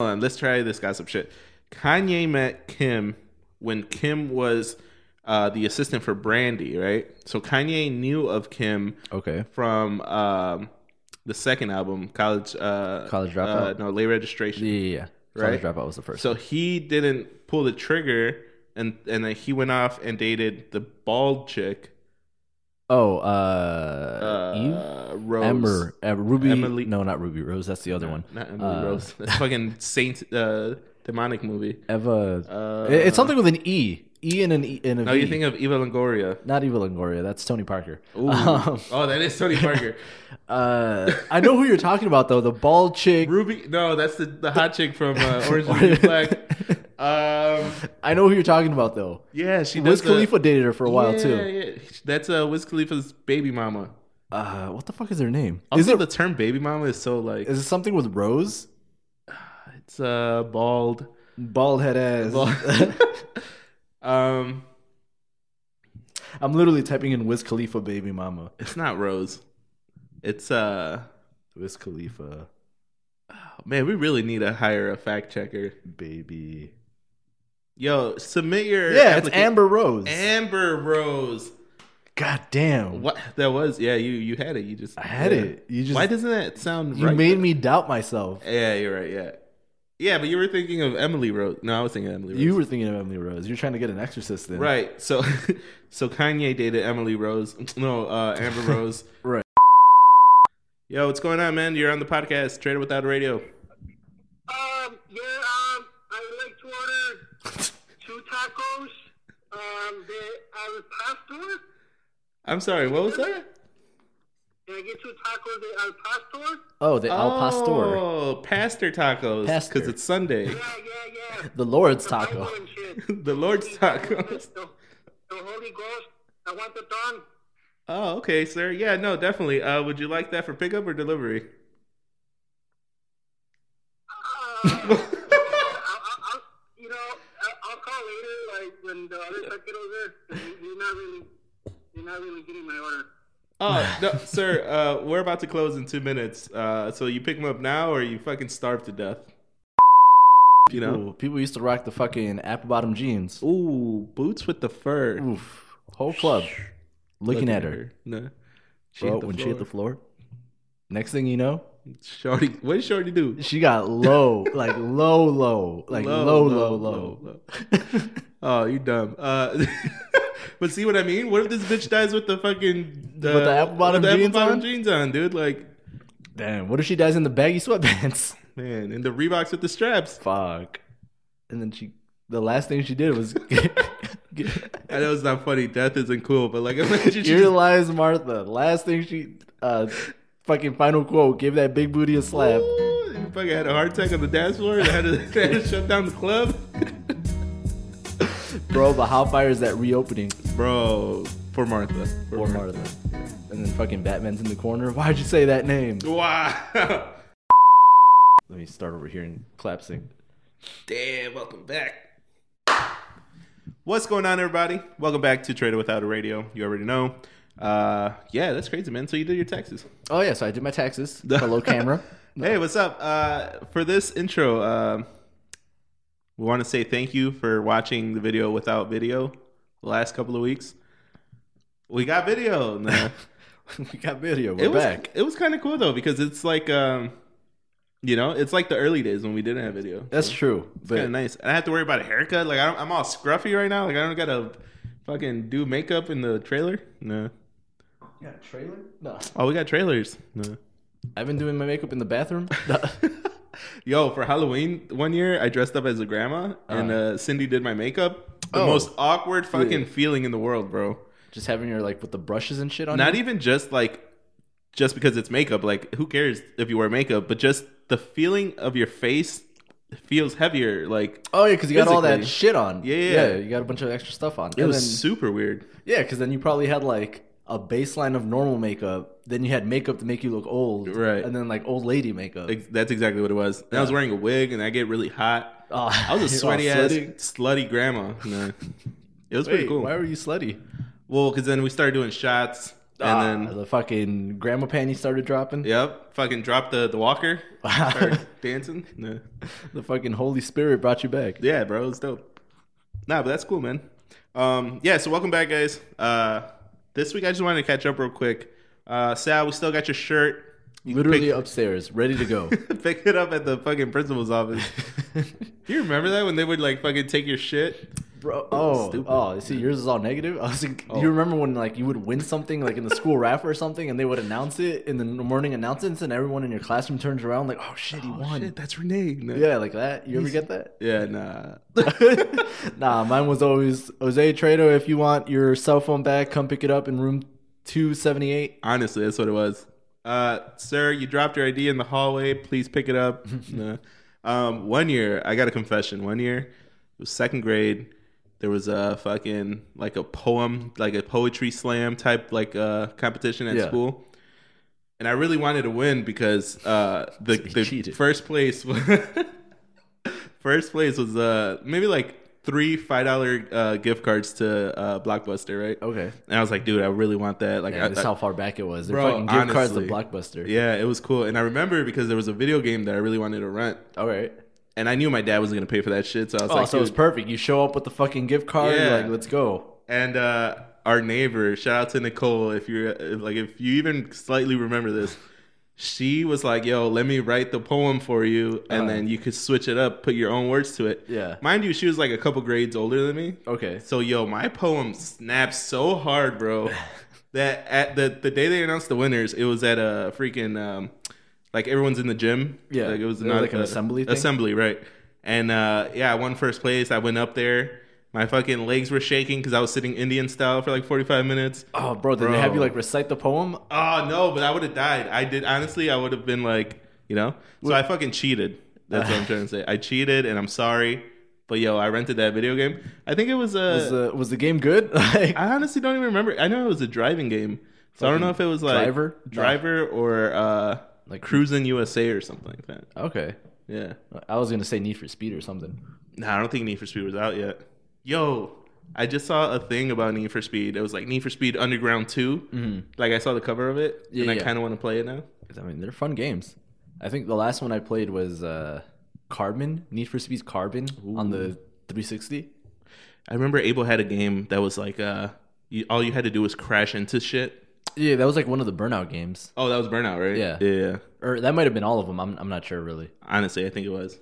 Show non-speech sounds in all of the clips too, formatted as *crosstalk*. Hold on, let's try this gossip shit. Kanye met Kim when Kim was uh, the assistant for Brandy, right? So Kanye knew of Kim Okay. from um, the second album, College uh, College Dropout? uh, no, Late Registration. Yeah, yeah, yeah. Right? College Dropout was the first. So he didn't pull the trigger, and and then he went off and dated the bald chick, oh, uh, uh, Eve? Rose. Ember, uh, Ruby. Emily- No, not Ruby Rose. That's the other one. Not Emily Uh, Rose. *laughs* That's fucking Saint uh, demonic movie. Eva. Uh, It- it's something with an E. E and an E and a No, V. you think of Eva *laughs* Longoria. not Eva Longoria. That's Tony Parker. Ooh. *laughs* Um, oh, that is Tony Parker. uh, I know who you're talking about though. The bald chick. Ruby, no, that's the, the hot chick from *laughs* uh, Orange is the New Black. Um, I know who you're talking about though. yeah, she does Wiz the- Khalifa dated her for a while yeah, too. Yeah. That's uh, Wiz Khalifa's baby mama. Uh, what the fuck is her name? Also, is it the term baby mama is so like is it something with Rose? it's uh bald. Bald head *laughs* ass. Bald. Um, *laughs* I'm literally typing in Wiz Khalifa baby mama. it's not Rose. It's uh oh, Wiz Khalifa man, we really need to hire a fact checker. baby. Yo, submit your Yeah, it's applica- Amber Rose. Amber Rose. God damn. What that was? Yeah, you you had it. You just I had yeah. it. You just Why doesn't that sound you right? made me doubt myself. yeah, you're right. Yeah, yeah, but you were thinking of Emily Rose. No, I was thinking of Emily Rose. You were thinking of Emily Rose. You're trying to get an exorcist then. right. So, *laughs* so Kanye dated Emily Rose. *laughs* No, uh, *laughs* Amber Rose. Right. Yo, what's going on, man? You're on the podcast Trader Without a Radio. Um, yeah, um, I would like to order two tacos. Um, the al pastor. I'm sorry. What was that? Can I get two tacos de al pastor? Oh, the Al Pastor. Oh, pastor tacos. Pastor. Because it's Sunday. *laughs* Yeah, yeah, yeah. The Lord's The taco. Bible and shit. the Lord's tacos. The, the Holy Ghost. I want the tongue. Oh, okay, sir. Yeah, no, definitely. Uh, would you like that for pickup or delivery? Uh, I'll, I'll, I'll, you know, I- I'll call later, like when the other taqueros there. 'cause you- You're not really, you're not really getting my order. Oh no, sir. Uh, we're about to close in two minutes. Uh, so you pick them up now, or you fucking starve to death. You know. Ooh, people used to rock the fucking apple bottom jeans. Ooh, boots with the fur. Oof. Whole club looking at her. No. She Bro, hit the when she hit the floor. floor, next thing you know, Shorty, what did Shorty do? *laughs* she got low, like low, low, like low, low, low. low. oh, you dumb. Uh, *laughs* but see what I mean? What if this bitch dies with the fucking uh, the apple bottom with the jeans bottom on? jeans on, dude? Like, Damn, what if she dies in the baggy sweatpants? *laughs* man, and the Reeboks with the straps. Fuck. And then she, the last thing she did *laughs* was I know it's not funny. Death isn't cool, but like, *laughs* imagine she Here just lies Martha. Last thing she, uh, fucking final quote, gave that big booty a slap. Ooh, You fucking had a heart attack on the dance floor and had to, *laughs* had to shut down the club. *laughs* Bro, but how fire is that reopening Bro, for Martha. For, for Martha? And then fucking Batman's in the corner. Why'd you say that name? Wow. *laughs* Let me start over here and clap sync. Damn, welcome back. What's going on, everybody? Welcome back to Trader Without a Radio. You already know. Uh, yeah, that's crazy, man. So you did your taxes. Oh yeah, so I did *laughs* my taxes. Hello, camera. Hey, what's up? Uh, for this intro, um we want to say thank you for watching the video without video the last couple of weeks. We got video. Nah. we got video. We're it was back. it was kind of cool though because it's like um you know it's like the early days when we didn't have video That's true. But kind of nice and i have to worry about a haircut like I don't, i'm all scruffy right now like i don't gotta fucking do makeup in the trailer no got a trailer? No. oh we got trailers *laughs* no I've been doing my makeup in *laughs* the bathroom. yo for halloween one year i dressed up as a grandma and uh, cindy did my makeup the Oh. most awkward fucking feeling in the world bro Just having your like with the brushes and shit on. not you. even just like just because it's makeup like who cares if you wear makeup but just the feeling of your face feels heavier like Oh yeah, because you got all that physically. shit on. Yeah, yeah. You got a bunch of extra stuff on. it was super weird Yeah, because then you probably had like a baseline of normal makeup. Then you had makeup to make you look old, Right. And then like old lady makeup. Ex- that's exactly what it was and i was wearing a wig and i get really hot *laughs* Oh, i *laughs* was a you're all sweaty ass slutty. slutty grandma No. it was Wait, pretty cool Why were you slutty? well because then we started doing shots And Ah, then, the fucking grandma panties started dropping. yep, fucking dropped the, the walker, started dancing. Yeah. *laughs* the fucking Holy Spirit brought you back. Yeah, bro, it's dope. Nah, but that's cool, man. Um, yeah, so welcome back, guys. Uh, this week I just wanted to catch up real quick. Uh, Sal, we still got your shirt. *laughs* You can Literally upstairs, ready to *laughs* go. pick, pick it up at the fucking principal's office. Do you remember that when they would like fucking take your shit? Bro, oh, Stupid. oh, see, yours is all negative. I was like, you remember when like you would win something like in the school raffle or something, and they would announce it in the morning announcements, and everyone in your classroom turns around like, oh shit, he won. Shit, that's Renee. No. Yeah, like that. You ever get *laughs* that? Yeah, nah. nah, mine was always Jose Trado. If you want your cell phone back, come pick it up in room two seventy eight. Honestly, that's what it was. Uh, sir, you dropped your ID in the hallway. Please pick it *laughs* up. Nah. um, one year, I got a confession. One year, it was second grade. There was a fucking like a poem, like a poetry slam type like uh, competition at Yeah. school. And I really wanted to win because *laughs* uh, the, he the cheated. first place was *laughs* first place was uh, maybe like three five dollar uh, gift cards to uh, Blockbuster, right? Okay. And I was like, dude, I really want that. Like, I, Oh. Yeah, that's how far back it was. They're Bro, fucking gift cards to honestly. Blockbuster. yeah, it was cool. And I remember because there was a video game that I really wanted to rent, All right. and I knew my dad was gonna pay for that shit. So I was Oh, like, so it's dude. perfect. You show up with the fucking gift card. Yeah. Like, let's go. and uh, our neighbor, shout out to Nicole, if you're if, like, if you even slightly remember this, she was like, yo, let me write the poem for you, and Uh-huh. then you could switch it up, put your own words to it. Yeah. mind you, she was like a couple grades older than me. Okay. So yo, my poem snapped so hard, *laughs* bro, that at the the day they announced the winners, it was at a freaking um, like everyone's in the gym. Yeah. like it was It was not like an uh, assembly thing? Assembly, right? And uh, yeah, I won first place. I went up there. My fucking legs were shaking because I was sitting Indian style for like forty five minutes. Oh, bro, did they have you Bro. like recite the poem? Oh no, but I would have died. I did honestly. I would have been like, you know. So I fucking cheated. That's what I'm trying to say. I cheated, and I'm sorry. But yo, I rented that video game. I think it was uh, a. Was uh, the was the game good? *laughs* Like, I honestly don't even remember. I know it was a driving game, so I don't know if it was like Driver? driver or uh, Like- like cruising USA or something like that. okay. Yeah, I was gonna say Need for Speed or something. nah, I don't think Need for Speed was out yet. Yo, I just saw a thing about Need for Speed. It was like Need for Speed Underground 2 Like I saw the cover of it, Mm-hmm. Yeah, and I yeah. kind of want to play it now. 'Cause, I mean, they're fun games. I think the last one I played was uh, Carbon, Need for Speed's Carbon on the 360. I remember Abel had a game that was like uh, you, all you had to do was crash into shit. Yeah, that was like one of the Burnout games, Oh, that was Burnout, right? Yeah. yeah. or that might have been all of them. I'm I'm not sure really, Honestly, I think it was.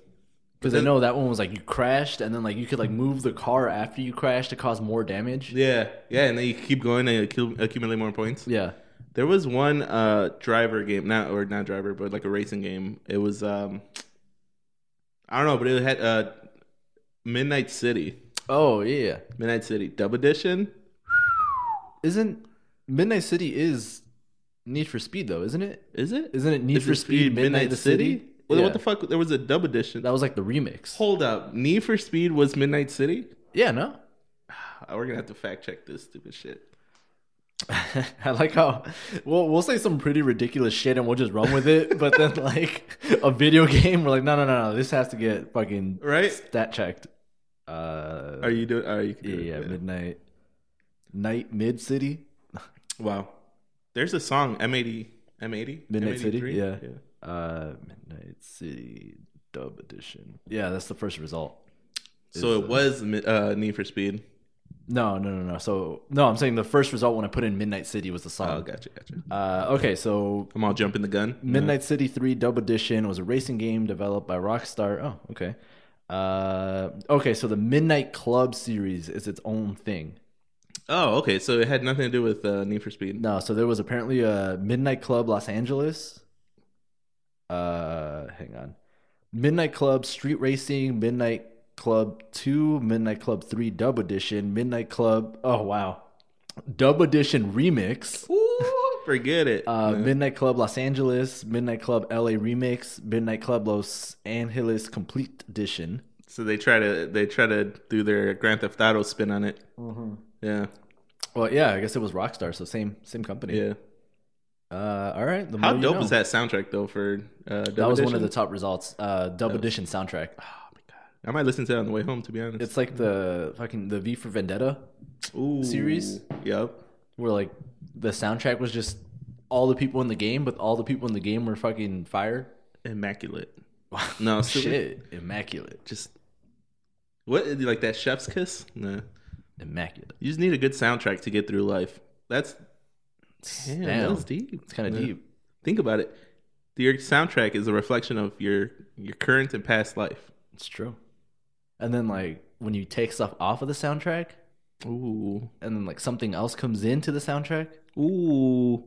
because I know that one was like you crashed and then like you could like move the car after you crashed to cause more damage. Yeah, yeah, and then you keep going and you accu- accumulate more points. Yeah. There was one uh driver game, not or not driver, but like a racing game. It was um I don't know, but it had uh Midnight City. Oh yeah. Midnight City Dub Edition. Isn't Midnight City is Need for Speed though, isn't it? Is it? Isn't it Need Is for it Speed, Midnight, the City? Well, Yeah. What the fuck? There was a Dub Edition. That was like the remix. Hold up. Need for Speed was Midnight City? Yeah, no. Ah, We're gonna have to fact check this stupid shit. *laughs* I like how we'll we'll say some pretty ridiculous shit and we'll just run with it, but then *laughs* like a video game, we're like, no, no, no, no, this has to get fucking Right? stat checked. Uh, Are you doing? Are you? can yeah, do it. yeah, midnight, night, mid city, Wow. There's a song M80. M80. Midnight City, M83? yeah. uh, midnight city dub edition. Yeah, that's the first result. So it was Mi- uh, Need for Speed. No, no, no, no. So no, I'm saying the first result when I put in Midnight City was the song. Oh, gotcha, gotcha. Uh, okay, so I'm all jumping the gun. Midnight City 3 Dub Edition was a racing game developed by Rockstar. Oh, okay. Uh, okay, so the Midnight Club series is its own thing. Oh, okay. So it had nothing to do with uh, Need for Speed. No, so there was apparently a Midnight Club Los Angeles. Uh, hang on. Midnight Club Street Racing, Midnight Club 2, Midnight Club 3 Dub Edition, Midnight Club. Oh, wow. Dub Edition Remix. Ooh, forget it. Uh, Midnight Club Los Angeles, Midnight Club LA Remix, Midnight Club Los Angeles Complete Edition. so they try to they try to do their Grand Theft Auto spin on it. Mm-hmm. Yeah, Well, yeah, I guess it was Rockstar, so same same company. yeah. Uh, all right. The How more you dope know. is that soundtrack though? For uh, Dub That was Edition? one of the top results. Uh, Dub Edition soundtrack. I might listen to that on the way home. To be honest, It's like the fucking the V for Vendetta Ooh, series? Yep. where like the soundtrack was just all the people in the game, but all the people in the game were fucking fired. Immaculate. No, stupid. *laughs* shit, immaculate, Just what like that chef's kiss? Nah. immaculate. You just need a good soundtrack to get through life. That's damn, that Damn. was deep. It's kind of Yeah. deep. Think about it. Your soundtrack is a reflection of your your current and past life. It's true. And then like when you take stuff off of the soundtrack, Ooh. and then like something else comes into the soundtrack. Ooh.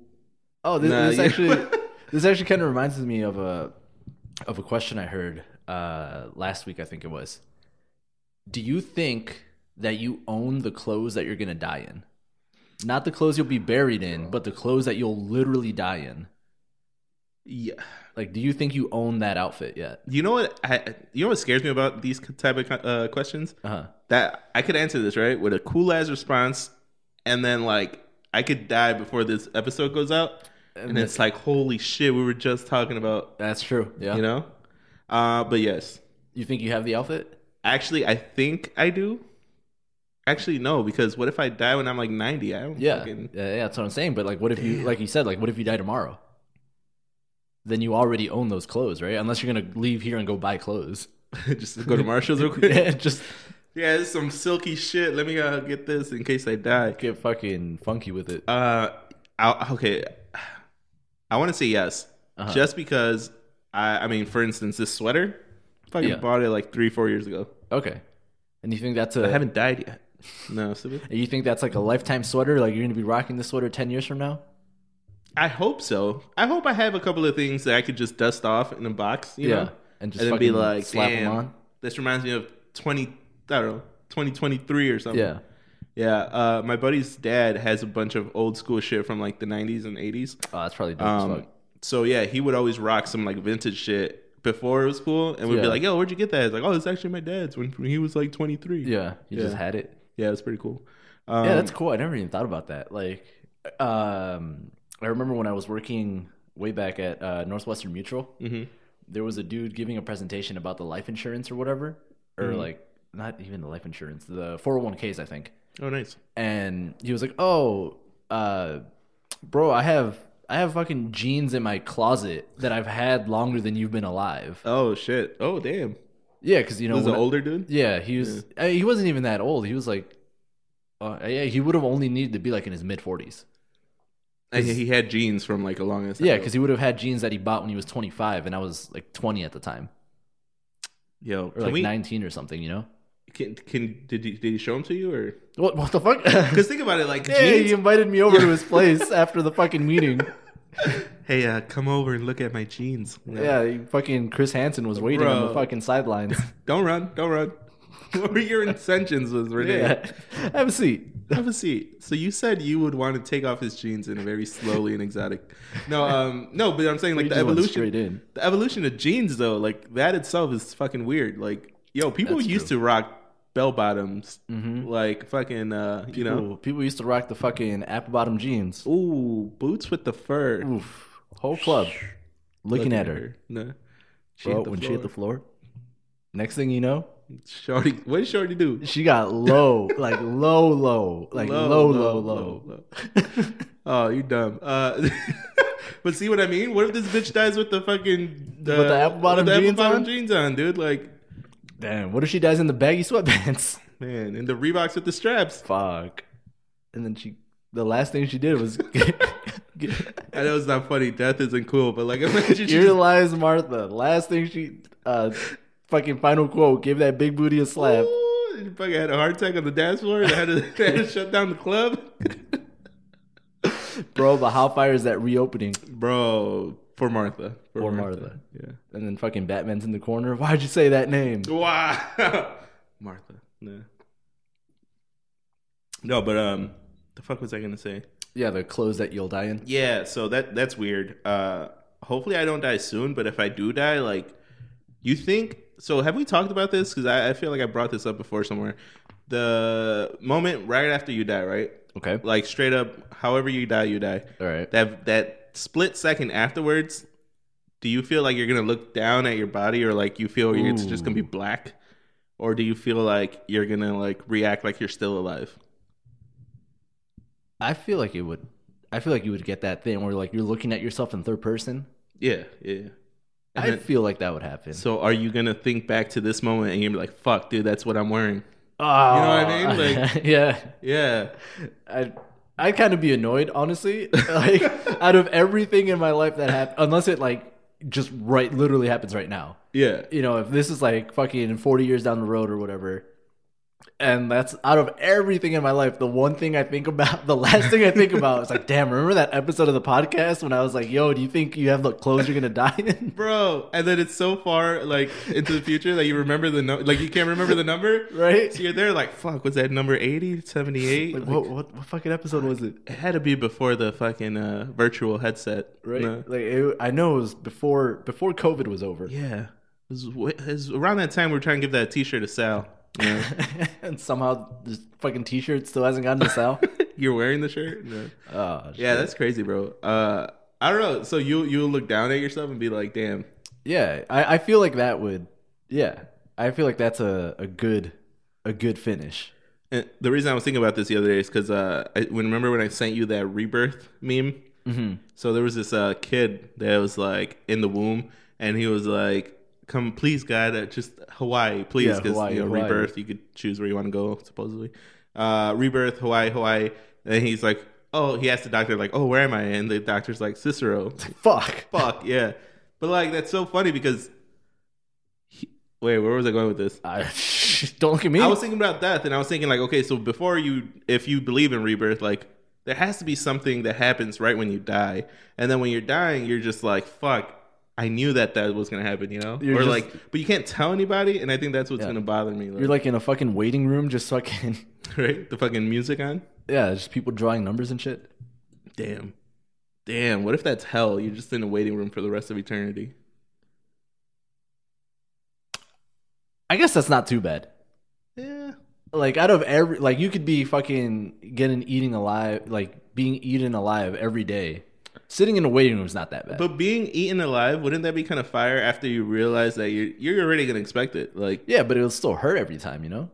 Oh, this, Nah, this you- actually *laughs* this actually kind of reminds me of a of a question I heard uh, last week. I think it was. Do you think that you own the clothes that you're gonna die in? Not the clothes you'll be buried in, but the clothes that you'll literally die in. Yeah. Like, do you think you own that outfit yet? You know what? I, you know what scares me about these type of uh, questions? Uh huh. That I could answer this right with a cool ass response, and then like I could die before this episode goes out, and, And it's like holy shit, we were just talking about That's true. Yeah. you know. Uh, but yes, you think you have the outfit? actually, I think I do. Actually, no, because what if I die when I'm like 90? I don't Yeah, fucking. *laughs* yeah, yeah, that's what I'm saying. But like, what if you, like you said, like, what if you die tomorrow? Then you already own those clothes, right? Unless you're gonna leave here and go buy *laughs* clothes. *laughs* just go to Marshalls real quick. Yeah, just yeah, this is some silky shit. Let me uh, get this in case I die. get fucking funky with it. Uh, I, okay. I want to say yes, Uh-huh. just because I. I mean, for instance, this sweater, fucking Yeah. bought it like three, four years ago. Okay. And you think that's I a? haven't died yet. No, *laughs* stupid. You think that's like a lifetime sweater? Like you're gonna be rocking this sweater ten years from now? I hope so. I hope I have a couple of things that I could just dust off in a box. You know, and just and then fucking be like, slap damn, them on. this reminds me of twenty. I don't know. 2023 or something. Yeah. Yeah. Uh, my buddy's dad has a bunch of old school shit from like the 90s and 80s. Oh, that's probably dope as Um, fuck. so yeah, he would always rock some like vintage shit before it was cool, and we'd be Yeah. like, "Yo, where'd you get that?" It's like, "Oh, it's actually my dad's when when he was like 23." Yeah, you just yeah. had it. yeah, it's pretty cool. Um, yeah, that's cool. I never even thought about that. Like, um, I remember when I was working way back at uh, Northwestern Mutual, mhm. there was a dude giving a presentation about the life insurance or whatever, or Mhm. like not even the life insurance, the 401ks, I think. Oh, nice. And he was like, "Oh, uh, bro, I have I have fucking jeans in my closet that I've had longer than you've been alive." Oh shit. Oh damn. Yeah, because you know, this is an when I- older dude. yeah, he was I he wasn't even that old. He was like, uh, yeah, he would have only needed to be like in his mid 40s. And he had jeans from like a long ass. Yeah, ago. because he would have had jeans that he bought when he was 25, and I was like 20 at the time, yo, or can like we? 19 or something, you know? Can, can did he, did he show them to you *laughs* or? What, what the fuck? *laughs* Because think about it, like Yeah, he jeans. invited me over to his *laughs* place after the fucking meeting. Hey, uh, come over and look at my jeans. No. *laughs* Yeah, he fucking Chris Hansen was waiting on the Bro. fucking *laughs* sidelines. Don't run. Don't run. *laughs* what were your intentions, was Renee? yeah. Have a seat. Have a seat. So you said you would want to take off his jeans in a very slowly and *laughs* exotic. No, um, no, but I'm saying like He the just went evolution, straight in. the evolution of jeans though, like that itself is fucking weird. Like, yo, people That's used to rock bell bottoms, Mhm. like fucking, uh, you know, Ooh, people used to rock the fucking apple bottom jeans. ooh, boots with the fur. Oof. Whole club looking at her. No. She Bro, hit the when she floor. hit the floor, next thing you know, Shorty, what did Shorty do? she *laughs* got low, like low, low, like low, low, low. *laughs* Oh, you dumb. Uh, *laughs* but see what I mean? What if this bitch dies with the fucking the, the apple bottom with the jeans bottom on? jeans on, dude? Like, Damn, what if she dies in the baggy sweatpants? *laughs* man, and the Reeboks with the straps. Fuck. And then she, the last thing she did was. *laughs* get- I know it's not funny. Death isn't cool, but like, *laughs* imagine *laughs* she Here just, lies Martha. Last thing she, uh, fucking final quote, gave that big booty *laughs* a slap. Ooh, you fucking had a heart attack on the dance floor. They had to, *laughs* they had to shut down the club, *laughs* Bro, but how fire is that reopening? bro. For Martha. For Martha. Yeah. And then fucking Batman's in the corner. Why'd you say that name? Wow, *laughs* Martha. Yeah. No, but um, the fuck was I gonna say? Yeah, the clothes that you'll die in. Yeah, so that that's weird. Uh hopefully I don't die soon, but if I do die, like you think so have we talked about this? Because I, I feel like I brought this up before somewhere. The moment right after you die, right? Okay. Like straight up, however you die, you die. All right. That that split second afterwards, do you feel like you're gonna look down at your body or like you feel it's just gonna be Ooh. black? Or do you feel like you're gonna like react like you're still alive? I feel like it would. I feel like you would get that thing where like you're looking at yourself in third person. Yeah, yeah. And I then- feel like that would happen. so are you gonna think back to this moment and you're gonna be like, "Fuck, dude, that's what I'm wearing." Oh. You know what I mean? *laughs* Like- yeah. Yeah, I I'd kind of be annoyed, honestly. *laughs* Like out of everything in my life that happened, unless it like just right literally happens right now. yeah, You know, if this is like fucking 40 years down the road or whatever. And that's out of everything in my life. The one thing I think about, *laughs* the last thing I think about is like, damn, remember that episode of the podcast when I was like, yo, do you think you have the clothes you're going to die in? *laughs* bro. And then it's so far like into the future that you remember the number, like you can't remember the number. *laughs* Right? So you're there, like, "Fuck, was that number 80, 78? Like, what, what, what fucking episode was it? It had to be before the fucking uh, virtual headset, Right? No. Like, it, I know it was before before COVID was over. Yeah, it was, it was around that time we were trying to give that T-shirt to *laughs* Sal. you know? *laughs* and somehow this fucking t-shirt still hasn't gotten *laughs* to sell. you're wearing the shirt. No. oh, Yeah, shit. that's crazy, bro. Uh, I don't know. So you you look down at yourself and be like, "Damn, yeah. I, I feel like that would. Yeah, I feel like that's a, a good a good finish. And the reason I was thinking about this the other day is because uh, I when remember when I sent you that rebirth meme. Mm-hmm. So there was this uh, kid that was like in the womb, and he was like, "Come, please, God, uh, just Hawaii, please, Yeah, because Hawaii, you know, Hawaii. rebirth. You could choose where you want to go, supposedly. Uh, rebirth, Hawaii, Hawaii." And he's like, "Oh," he asked the doctor, "Like, oh, where am I?" And the doctor's like, "Cicero." *laughs* Fuck. Fuck yeah, but like that's so funny because. he- Wait, where was I going with this? I, *laughs* don't look at me. I was thinking about death, and I was thinking like, okay, so before you, if you believe in rebirth, like there has to be something that happens right when you die, and then when you're dying, you're just like, fuck, I knew that that was gonna happen, you know, You're or just- like, but you can't tell anybody, and I think that's what's Yeah. gonna bother me. You're like in a fucking waiting room, just fucking *laughs* *laughs* right, the fucking music on. yeah, just people drawing numbers and shit. Damn, damn. What if that's hell? You're just in a waiting room for the rest of eternity. I guess that's not too bad. Yeah, Like out of every, like you could be fucking getting eating alive, like being eaten alive every day. Sitting in a waiting room is not that bad. but being eaten alive, wouldn't that be kind of fire after you realize that you're you're already gonna expect it, like. yeah, but it'll still hurt every time, you know.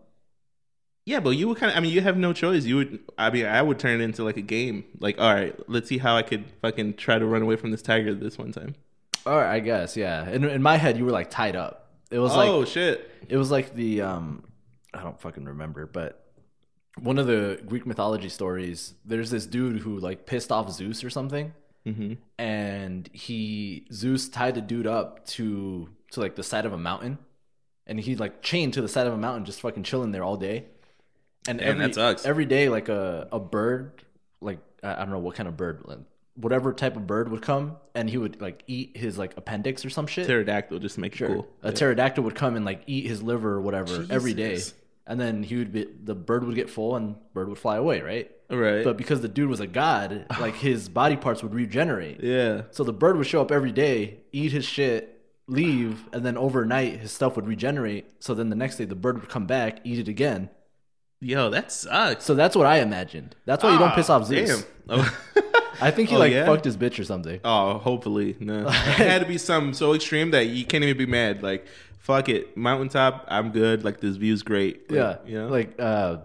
Yeah, but you would kind of. I mean, you have no choice. You would. I mean, I would turn it into like a game. Like, all right, let's see how I could fucking try to run away from this tiger this one time. All right, I guess yeah. In in my head, you were like tied up. It was oh like shit! it was like the um, I don't fucking remember, but one of the Greek mythology stories. There's this dude who like pissed off Zeus or something, hmm and he Zeus tied the dude up to to like the side of a mountain, and he like chained to the side of a mountain, just fucking chilling there all day. And Damn, every that sucks. every day, like a a bird, like I I don't know what kind of bird, like, whatever type of bird would come, and he would like eat his like appendix or some shit. Pterodactyl just to make Sure. it cool. A pterodactyl would come and like eat his liver or whatever every day, Jesus. and then he would be the bird would get full and bird would fly away, right? All right. But because the dude was *sighs* a god, like his body parts would regenerate. yeah. So the bird would show up every day, eat his shit, leave, and then overnight his stuff would regenerate. So then the next day the bird would come back, eat it again. Yo, that sucks. So that's what I imagined. That's why you don't Ah, piss off Zeus. Damn. Oh, *laughs* I think he Oh, like yeah? fucked his bitch or something. Oh, hopefully *laughs* no. It had to be something so extreme that you can't even be mad. Like, fuck it, mountaintop. I'm good. Like this view's great. Like, yeah, You know. like uh,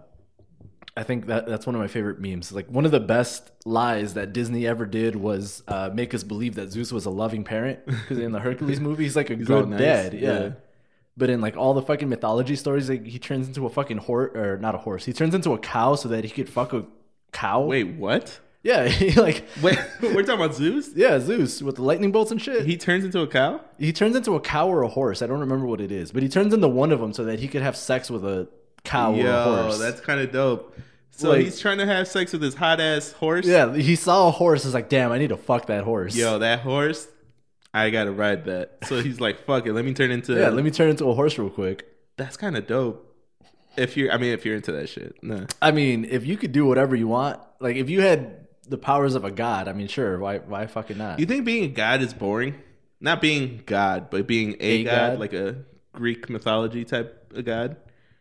I think that that's one of my favorite memes. Like one of the best lies that Disney ever did was uh, make us believe that Zeus was a loving parent because in *laughs* the Hercules movie he's like a all grown nice, dad. Yeah. yeah. But in like all the fucking mythology stories, like he turns into a fucking horse or not a horse. He turns into a cow so that he could fuck a cow. Wait, what? yeah, *laughs* he like Wait, *laughs* we're talking about Zeus. *laughs* yeah, Zeus with the lightning bolts and shit. He, He turns into a cow. turns into a cow or a horse. I don't remember what it is, but he turns into one of them so that he could have sex with a cow or a Yo, horse. that's kind of dope. So Like- he's trying to have sex with this hot ass horse. Yeah, he saw a horse. Is like, damn, I need to fuck that horse. Yo, that horse, I gotta ride that. So he's like, fuck it, let me turn into. yeah. Let me turn into a horse real quick. That's kind of dope. If you're, I mean, if you're into that shit, no. I mean, if you could do whatever you want, like if you had the powers of a god, I mean, sure, why, why fucking not? You think being a god is boring? Not being god, but being a, A god, god? like a Greek mythology type of god.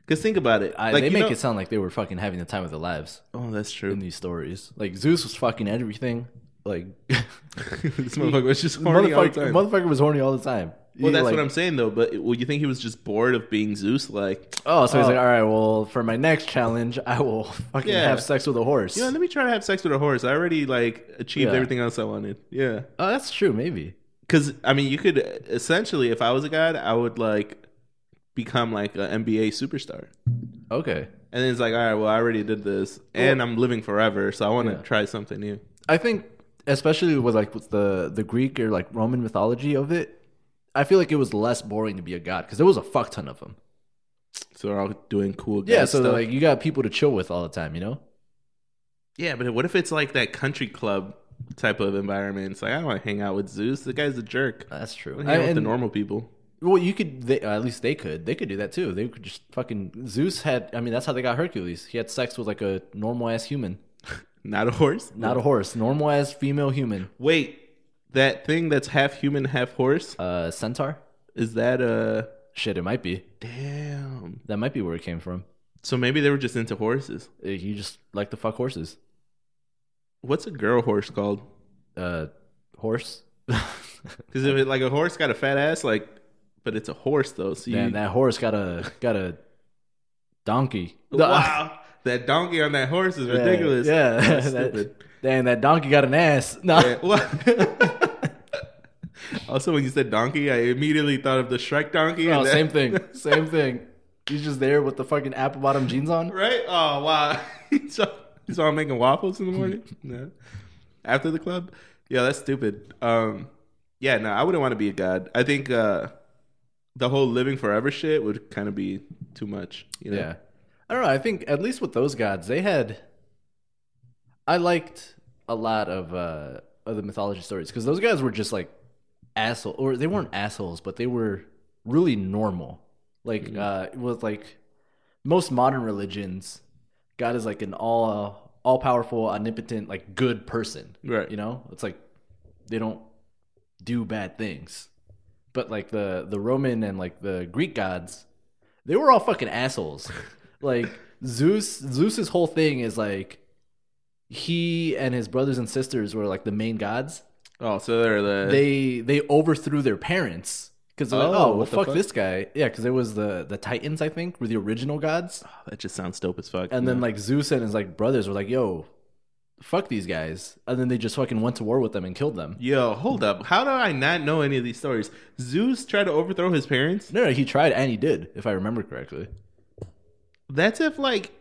Because think about it, I, like they you make know- it sound like they were fucking having the time of their lives Oh, that's true. in these stories. Like Zeus was fucking everything. Like *laughs* *laughs* this motherfucker was just *laughs* horny all the motherfucker, time. motherfucker was horny all the time. Well, that's what I'm saying though. But would you think he was just bored of being Zeus? Like, Oh, so he's Oh. like, all right, well, for my next challenge, I will *laughs* fucking Yeah. have sex with a horse. you know, let me try to have sex with a horse. I already like achieved Yeah. everything else I wanted. Yeah, oh, that's true. Maybe. because I mean, you could essentially, if I was a god, I would like become like an NBA superstar. Okay. And then it's like, all right, well, I already did this, and I'm living forever, so I want to Yeah. try something new. I think, especially with like with the the Greek or like Roman mythology of it, I feel like it was less boring to be a god because there was a fuck ton of them. So they're all doing cool. Yeah, god so stuff. like you got people to chill with all the time, you know? yeah, but what if it's like that country club type of environment? It's like I don't want to hang out with Zeus. The guy's a jerk. I That's true. want to hang out with the and- normal people. Well, you could. They, uh, at least they could. They could do that too. They could just fucking. Zeus had. I mean, that's how they got Hercules. He had sex with like a normal ass human, Not a horse. not a horse. Normal ass female human. Wait, that thing that's half human, half horse. Uh, centaur. Is that uh, a Shit, it might be. damn? That might be where it came from. So maybe they were just into horses. Uh, You just like to fuck horses. What's a girl horse called? Uh, horse. *laughs* Because if it, like a horse got a fat ass, like, but it's a horse though. So you, Man, that horse got a got a donkey. *laughs* wow, that donkey on that horse is *laughs* Yeah, ridiculous. Yeah, That's *laughs* That- stupid. damn, that donkey got an ass. *laughs* No, Yeah, what? *laughs* also, when you said donkey, I immediately thought of the Shrek donkey. No, and that- Oh, *laughs* same thing. Same thing. He's just there with the fucking apple bottom jeans on. *laughs* Right? Oh wow. *laughs* so, so I'm making waffles in the *laughs* morning. no. After the club. Yeah, that's stupid. Um, yeah, no, I wouldn't want to be a god. I think uh, the whole living forever shit would kind of be too much. You know? Yeah. I don't know. I think at least with those gods, they had. I liked a lot of uh of the mythology stories because those guys were just like asshole, or they weren't assholes, but they were really normal. Like uh, with like most modern religions, God is like an all all powerful, omnipotent, like good person. Right. You know, it's like they don't do bad things. But like the the Roman and like the Greek gods, they were all fucking assholes. like Zeus, Zeus's whole thing is like he and his brothers and sisters were like the main gods. Oh, so they're the They they overthrew their parents because they're like, Oh, oh, well, what the fuck, fuck? this guy. Yeah, because it was the the Titans, I think, were the original gods. Oh, that just sounds dope as fuck. And No. then like Zeus and his like brothers were like, yo, fuck these guys. And then they just fucking went to war with them and killed them. Yo, hold up. How do I not know any of these stories? Zeus tried to overthrow his parents? No, no, he tried and he did, if I remember correctly. That's if like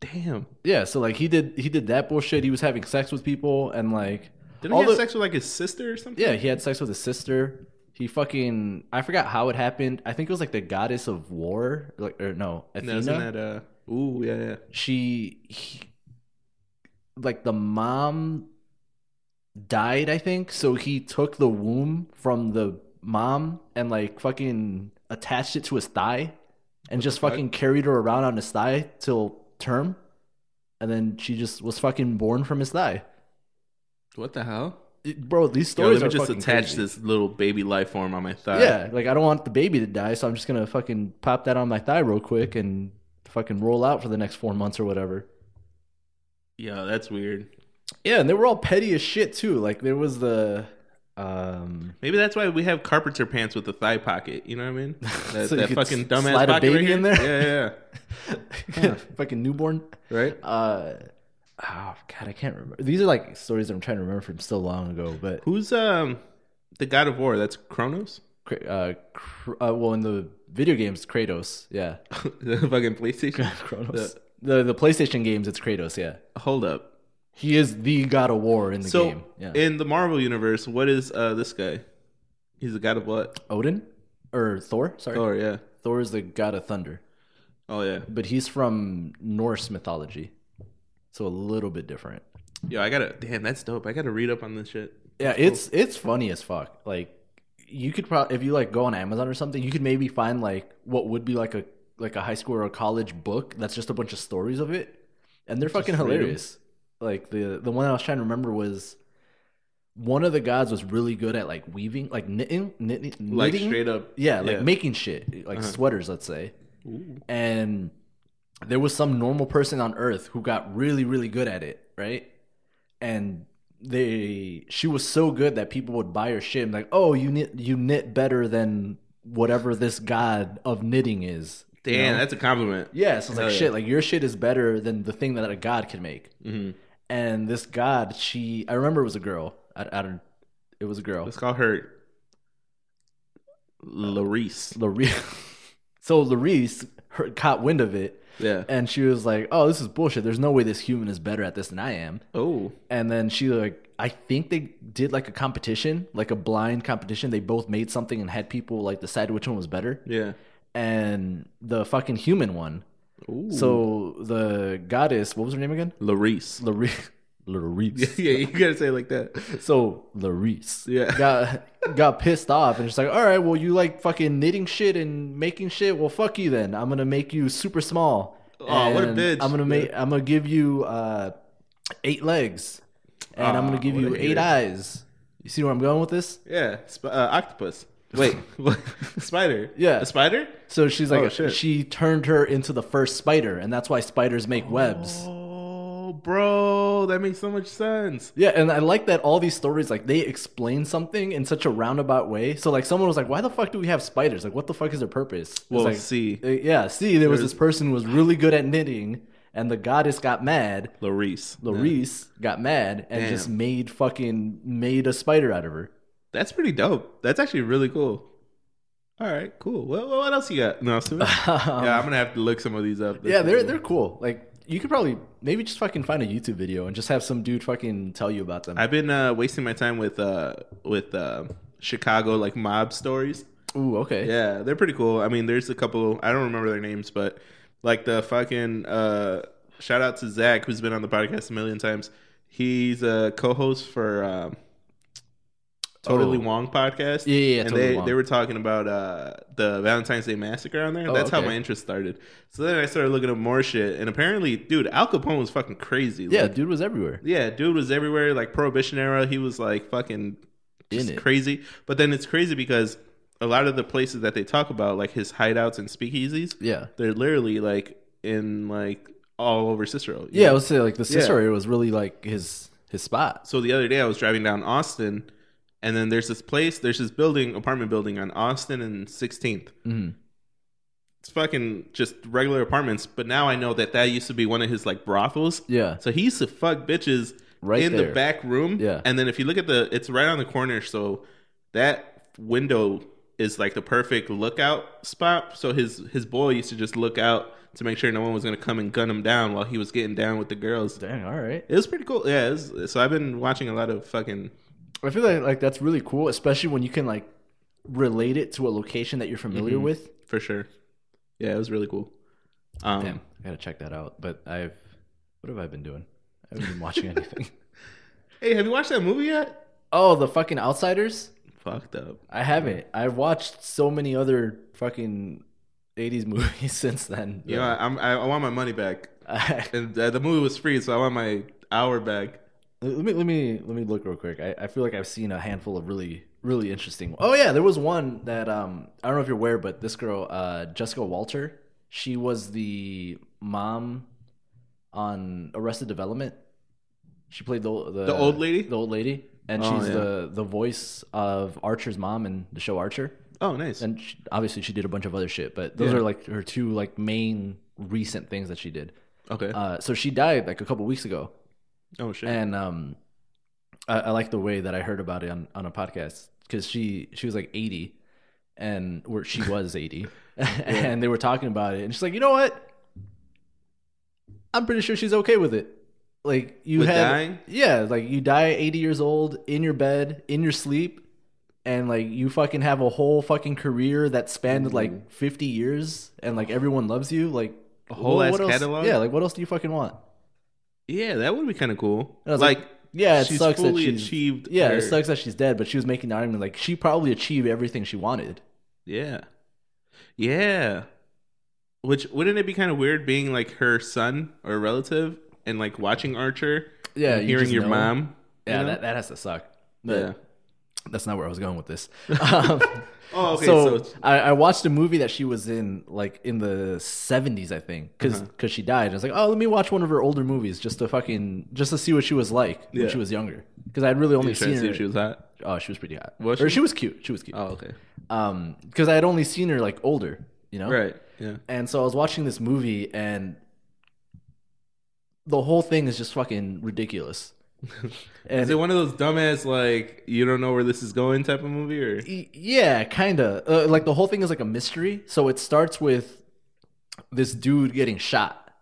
damn. Yeah, so like he did he did that bullshit. He was having sex with people and like Didn't all he have the- sex with like his sister or something? Yeah, he had sex with his sister. He fucking I forgot how it happened. I think it was like the goddess of war, like or no, No, Athena. isn't that uh ooh, yeah, yeah. she he, like the mom died, I think. So he took the womb from the mom and like fucking attached it to his thigh and just fuck? fucking carried her around on his thigh till term. And then she just was fucking born from his thigh. What the hell? It- bro, these Yo, let stories me are just fucking attach crazy. this uh, little baby life form on my thigh. Yeah, like I don't want the baby to die, so I'm just gonna fucking pop that on my thigh real quick and fucking roll out for the next four months or whatever. Yo, that's weird. Yeah, and they were all petty as shit too. Like there was the um *laughs* Maybe that's why we have carpenter pants with a thigh pocket. You know what I mean? That, So you that could fucking s- dumbass slide a pocket right baby here. in there? Yeah, fucking newborn. yeah, yeah. *laughs* Right? Uh oh god, I can't remember. These are like stories that I'm trying to remember from so long ago, but Who's um the god of war? That's Kronos? *laughs* Kra- uh, Kr- uh well in the video games Kratos, yeah. *laughs* the fucking PlayStation? Kratos. The, the PlayStation games it's Kratos, yeah. Hold up. He is the god of war in the so game. Yeah. in the Marvel universe, what is uh this guy? He's the god of what? Odin or Thor, sorry. Thor, yeah. Thor is the god of thunder, Oh yeah. but he's from Norse mythology. So a little bit different. Yo, I gotta damn, that's dope. I gotta read up on this shit. Yeah, it's it's funny as fuck. Like you could probably if you like go on Amazon or something, you could maybe find like what would be like a like a high school or a college book that's just a bunch of stories of it, and they're fucking read 'em. hilarious. Like the the one I was trying to remember was one of the gods was really good at like weaving, like knitting, knitting, knitting Like straight up. yeah, like yeah. Uh-huh. making shit, like sweaters, let's say. Ooh. And there was some normal person on Earth who got really, really good at it, right? And they she was so good that people would buy her shit and be like, "Oh, you knit you knit better than whatever this god of knitting is." you Damn, know? that's a compliment. yeah, so it's like Hell yeah. shit, like your shit is better than the thing that a god can make. hmm And this god, she I remember it was a girl. I, I don't it was a girl. Let's call her Larice. Larice. *laughs* so Larice her, caught wind of it Yeah. and she was like, "Oh, this is bullshit. There's no way this human is better at this than I am." Oh, and then she like I think they did like a competition, like a blind competition. They both made something and had people like decide which one was better. yeah. And the fucking human one. Ooh. So the goddess, what was her name again? Larice. *laughs* Larice. *laughs* yeah, Larice. you gotta say it like that. So Larice Yeah. *laughs* got got pissed off and she's like, "All right, well you like fucking knitting shit and making shit. Well, fuck you then. I'm gonna make you super small. Aw, what a and bitch. I'm gonna make. I'm gonna give you uh, eight legs, and I'm Aw, gonna give what a you eight hater. eyes. You see where I'm going with this? Yeah, sp- uh, octopus. Wait, *laughs* what? spider. Yeah. a spider. So she's Oh, like, shit. she turned her into the first spider, and that's why spiders make webs. Oh, bro, that makes so much sense. Yeah, and I like that all these stories like they explain something in such a roundabout way. So like someone was like, "Why the fuck do we have spiders? Like, what the fuck is their purpose?" It's Well, like, see, Uh, Yeah, see, there was There's- this person who was really good at knitting, and the goddess got mad. Larice. Larice got mad and Damn. just made fucking made a spider out of her. That's pretty dope. That's actually really cool. All right, cool. Well, what else you got? No, *laughs* Sue? yeah, I'm gonna have to look some of these up. yeah, they're they're cool. Like you could probably maybe just fucking find a YouTube video and just have some dude fucking tell you about them. I've been uh, wasting my time with uh, with uh, Chicago like mob stories. Ooh, okay. Yeah, they're pretty cool. I mean, there's a couple. I don't remember their names, but like the fucking uh, shout out to Zach, who's been on the podcast a million times. He's a co-host for um, Totally Oh. Wong podcast. Yeah, yeah, yeah, and Totally they Wong. they were talking about uh, the Valentine's Day massacre on there. Oh, That's how okay. my interest started. So then I started looking up more shit, and apparently, dude, Al Capone was fucking crazy. Yeah, Like, dude was everywhere. yeah, dude was everywhere. Like Prohibition era, he was like fucking just In it. crazy. But then it's crazy because a lot of the places that they talk about, like his hideouts and speakeasies, Yeah. they're literally like in like all over Cicero. you Yeah, I know? would say like the Yeah. Cicero was really like his his spot. So the other day I was driving down Austin, and then there's this place, there's this building, apartment building on Austin and 16th. Mhm. It's fucking just regular apartments, but now I know that that used to be one of his like brothels. Yeah. So he used to fuck bitches Right in the there. back room. Yeah. And then if you look at the, it's right on the corner. So that window is like the perfect lookout spot. So his his boy used to just look out to make sure no one was gonna come and gun him down while he was getting down with the girls. Dang, all right. It was pretty cool. Yeah. It was, so I've been watching a lot of fucking. I feel like like that's really cool, especially when you can like relate it to a location that you're familiar Mhm. with. for sure. Yeah, it was really cool. Um, Damn, I gotta check that out. But I've what have I been doing? I haven't been *laughs* watching anything. Hey, have you watched that movie yet? oh, the fucking Outsiders? Fucked up. I haven't. I've watched so many other fucking '80s movies *laughs* since then. You know, I, I'm, I, I want my money back, I- and uh, the movie was free, so I want my hour back. let me let me let me look real quick. I, I feel like I've seen a handful of really really interesting. Oh yeah, there was one that um I don't know if you're aware, but this girl uh Jessica Walter, she was the mom on Arrested Development. She played the the, The old lady? the old lady, and Oh, she's yeah. the the voice of Archer's mom in the show Archer. Oh, nice. And she, obviously, she did a bunch of other shit, but those Yeah. are like her two like main recent things that she did. okay. Uh, so she died like a couple weeks ago. oh shit. And um, I, I like the way that I heard about it on, on a podcast because she she was like eighty, and or she *laughs* was eighty, *laughs* and they were talking about it, and she's like, you know what? I'm pretty sure she's okay with it. Like you With had, dying? yeah, like you die at eighty years old in your bed in your sleep. And like you fucking have a whole fucking career that spanned like fifty years, and like everyone loves you, like a whole ass catalog? Yeah, like what else do you fucking want? yeah, that would be kind of cool. And I was like, Yeah, it she's sucks fully that she's achieved. Yeah, her- it sucks that she's dead, but she was making the argument like she probably achieved everything she wanted. Yeah, yeah. Which wouldn't it be kind of weird being like her son or relative and like watching Archer? Yeah, and you hearing just your know. mom. you Yeah, know? that, that has to suck. But yeah. That's not where I was going *laughs* with this. *laughs* Um, Oh, okay. so So, I, I watched a movie that she was in, like in the '70s, I think, because Uh-huh. she died. I was like, oh, let me watch one of her older movies just to fucking just to see what she was like Yeah. when she was younger, because I'd really only you trying to seen see her. if she was hot? oh, she was pretty hot. Was Or she? she was cute. She was cute. Oh, okay. Um, because I had only seen her like older, you know. Right. Yeah. And so I was watching this movie, and the whole thing is just *laughs* fucking ridiculous. Is and it one of those dumbass like you don't know where this is going type of movie or? Y- Yeah, kind of. Uh, like the whole thing is like a mystery. So it starts with this dude getting shot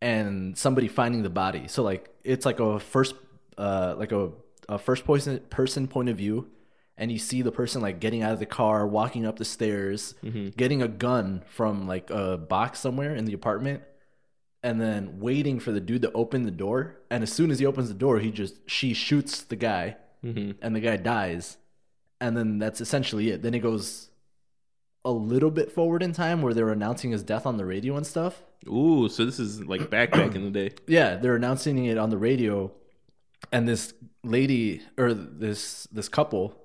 and somebody finding the body. So like it's like a first uh like a, a first person person point of view and you see the person like getting out of the car, walking up the stairs, getting a gun from like a box somewhere in the apartment and then waiting for the dude to open the door and as soon as he opens the door, he just she shoots the guy Mm-hmm. and the guy dies and then that's essentially it then it goes a little bit forward in time where they're announcing his death on the radio and stuff Ooh, so this is like back back in the day. yeah they're announcing it on the radio and this lady or this this couple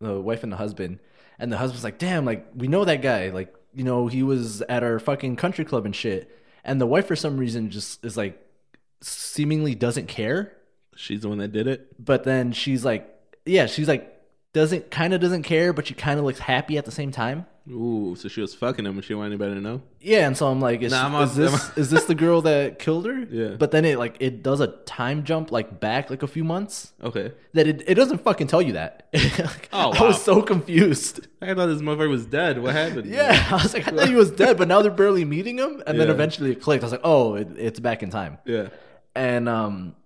the wife and the husband and the husband's like damn like we know that guy like you know he was at our fucking country club and shit and the wife for some reason just is like seemingly doesn't care She's the one that did it. but then she's like yeah she's like doesn't kind of doesn't care but she kind of looks happy at the same time Ooh, so she was fucking him and she wanted anybody to know. yeah and so i'm like is, Nah, she- I'm on- is this *laughs* is this the girl that killed her Yeah. but then it like it does a time jump like back like a few months Okay, that it, it doesn't fucking tell you that *laughs* Oh, i was wow. so confused I thought this motherfucker was dead. What happened? *laughs* yeah i was like i thought he was dead but now they're barely meeting him and then Yeah. eventually it clicked i was like oh it, it's back in time yeah. and um,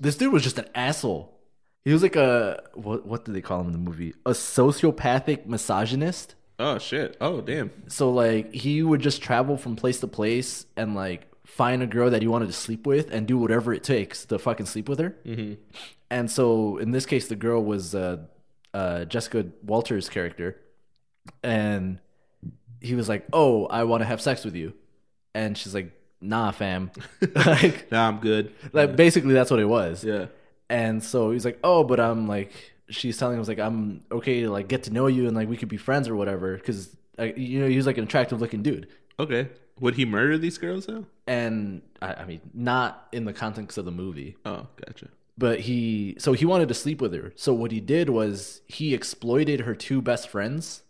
this dude was just an asshole. He was like a what? What did they call him in the movie? A sociopathic misogynist. Oh shit. Oh damn. So like he would just travel from place to place and like find a girl that he wanted to sleep with and do whatever it takes to fucking sleep with her. Mm-hmm. And so in this case, the girl was uh, uh, Jessica Walter's character, and he was like, "Oh, I want to have sex with you," and she's like, "Nah, fam." *laughs* like, Nah, I'm good. like basically that's what it was. yeah. And so he's like, "Oh, but I'm like," she's telling him, "Was like I'm okay to like get to know you and like we could be friends or whatever." Because you know he was like an attractive looking dude, Okay. Would he murder these girls though? and I, I mean, not in the context of the movie, Oh, gotcha. but he so he wanted to sleep with her. So what he did was he exploited her two best friends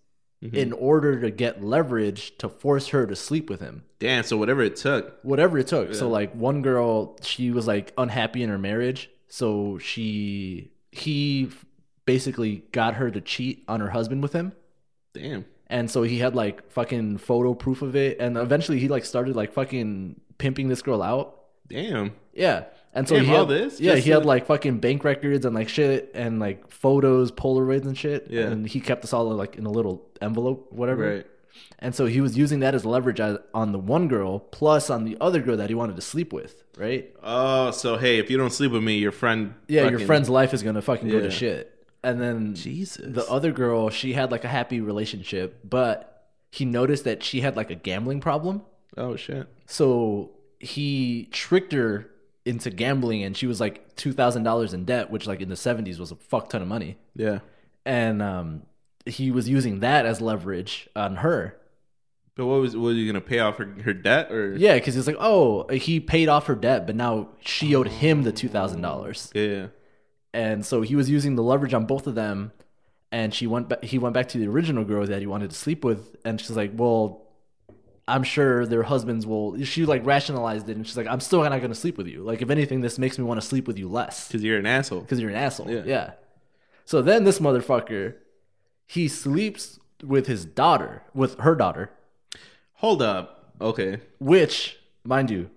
Mhm. in order to get leverage to force her to sleep with him. Damn. So whatever it took. whatever it took. So Yeah. like one girl, she was like unhappy in her marriage, so she he f- basically got her to cheat on her husband with him. Damn. And so he had like fucking photo proof of it and eventually he like started like fucking pimping this girl out. Damn. Yeah. And so Damn, he all had, this? Yeah, Just he had to- like fucking bank records and like shit and like photos, polaroids and shit. Yeah. And he kept this all like in a little envelope whatever. Right. And so he was using that as leverage as- on the one girl plus on the other girl that he wanted to sleep with, right? Oh, so hey, if you don't sleep with me, your friend. Yeah, your fucking- friend's life is going to fucking go Yeah. to shit. And then Jesus. the other girl, she had like a happy relationship, but he noticed that she had like a gambling problem. oh shit. So he tricked her into gambling and she was like $2,000 in debt, which like in the 70s was a fuck ton of money. Yeah. And um, he was using that as leverage on her. But what was was you gonna pay off her, her debt or Yeah, because he's like, oh, he paid off her debt, but now she owed him the two thousand dollars, yeah and so he was using the leverage on both of them. And she went, ba- he went back to the original girl that he wanted to sleep with, and she's like, well, I'm sure their husbands will. She like rationalized it, and she's like, I'm still not going to sleep with you. Like, if anything, this makes me want to sleep with you less because you're an asshole. because you're an asshole. Yeah. yeah. So then this motherfucker, he sleeps with his daughter, with her daughter, Hold up. Okay. which mind you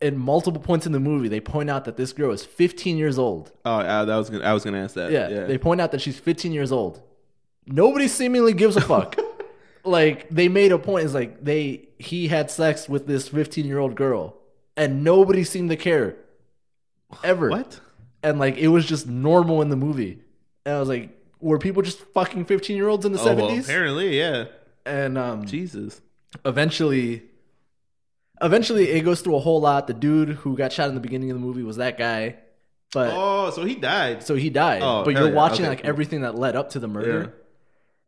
in multiple points in the movie they point out that this girl is 15 years old Oh, I, that was gonna, I was gonna ask that. yeah, Yeah. they point out that she's 15 years old nobody seemingly gives *laughs* a fuck like they made a point it's like they he had sex with this 15 year old girl and nobody seemed to care ever what? and like it was just normal in the movie and i was like were people just fucking 15 year olds in the Oh, well, 70s apparently, yeah. and um Jesus. eventually eventually it goes through a whole lot the dude who got shot in the beginning of the movie was that guy But Oh, so he died. so he died. Oh, but hell you're yeah. watching Okay, like cool. everything that led up to the murder.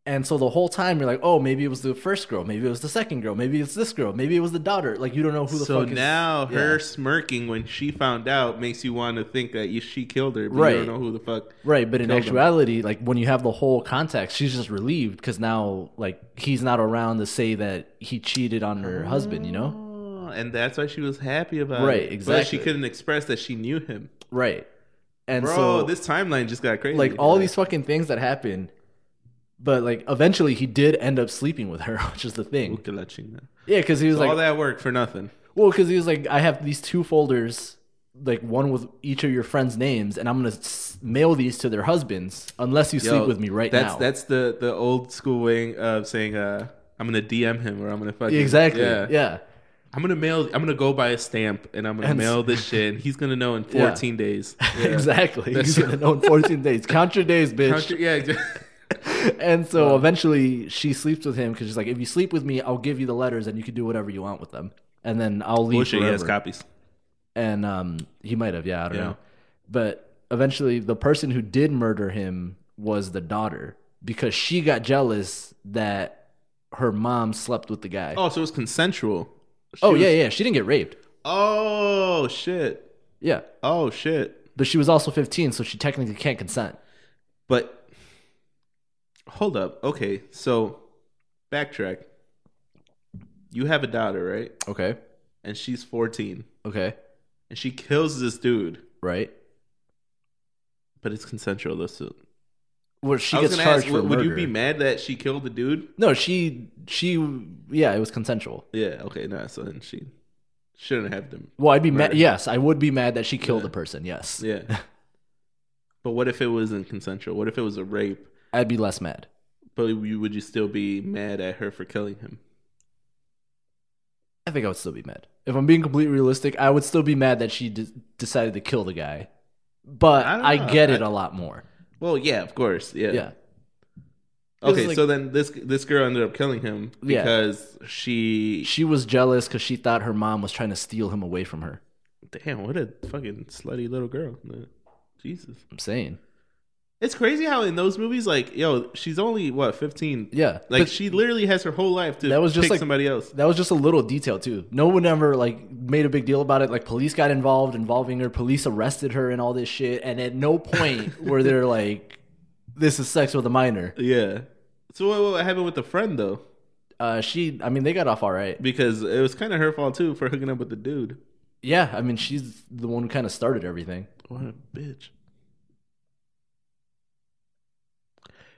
And so the whole time you're like, oh, maybe it was the first girl, maybe it was the second girl, maybe it's this girl, maybe it was the daughter. Like you don't know who the so fuck is- now yeah. her smirking when she found out makes you want to think that you- she killed her, but Right. you don't know who the fuck. Right, but in Killed him. actuality, like when you have the whole context, she's just relieved because now, like, he's not around to say that he cheated on her husband. You know, Oh, And that's why she was happy about Right, it. But exactly. she couldn't express that she knew him. right? And Bro, so, this timeline just got crazy. *laughs* like, all these fucking things that happen, but like, eventually, he did end up sleeping with her, *laughs* which is the thing. Ukalachina. Yeah, because he was like, all that work for nothing. Well, because he was like, I have these two folders, like one with each of your friends' names, and I'm gonna s- mail these to their husbands unless you Yo, sleep with me right that's, now. That's the the old school way of saying uh, I'm gonna DM him or I'm gonna fucking *laughs* exactly. yeah. Yeah. I'm gonna mail. I'm gonna go buy a stamp and I'm gonna And- mail *laughs* this shit. and He's gonna know in 14 days. Yeah. exactly. That's- He's gonna know in 14 days. Count your days, bitch. Country- yeah. *laughs* exa- *laughs* and so eventually she sleeps with him because she's like, if you sleep with me, I'll give you the letters and you can do whatever you want with them, and then I'll leave Bullshit. He has forever." copies. and um, he might have, yeah, I don't Yeah. know. But eventually, the person who did murder him was the daughter because she got jealous that her mom slept with the guy. Oh, Oh, so it was consensual. She was- yeah, yeah, she didn't get raped. Oh shit. Yeah, Oh shit. but she was also 15, so she technically can't consent. But hold up. Okay, so backtrack. You have a daughter, right? Okay, And she's 14, okay, and she kills this dude, right. but it's consensual. This is- Well, she I was gets gonna ask, charged for would, murder. would you be mad that she killed the dude? no, she, she, yeah, it was consensual. Yeah. Okay. No. So then she shouldn't have them. Well, I'd be mad. Murder. Yes, I would be mad that she killed Yeah. the person. Yes, *laughs* Yeah. but what if it wasn't consensual? What if it was a rape? I'd be less mad. But you, would you still be mad at her for killing him? I think I would still be mad. If I'm being completely realistic, I would still be mad that she de- decided to kill the guy. But I don't I, know. get it I- a lot more. Well, yeah, of course. Yeah. Yeah. Okay. It's like- so then this this girl ended up killing him Yeah. because she. She was jealous because she thought her mom was trying to steal him away from her. Damn! What a fucking slutty little girl. Jesus. I'm saying. It's crazy how in those movies, like, yo, she's only what fifteen. Yeah. Like But she literally has her whole life to That was just pick like- somebody else. that was just a little detail, too. No one ever, like, made a big deal about it. Like, police got involved, involving her. Police arrested her and all this shit. And at *laughs* no point were they like, this is sex with a minor. Yeah. So what, what happened with the friend though? Uh, she, I mean, they got off all right. Because it was kind of her fault too for hooking up with the dude. Yeah. I mean, she's the one who kind of started everything. What a bitch.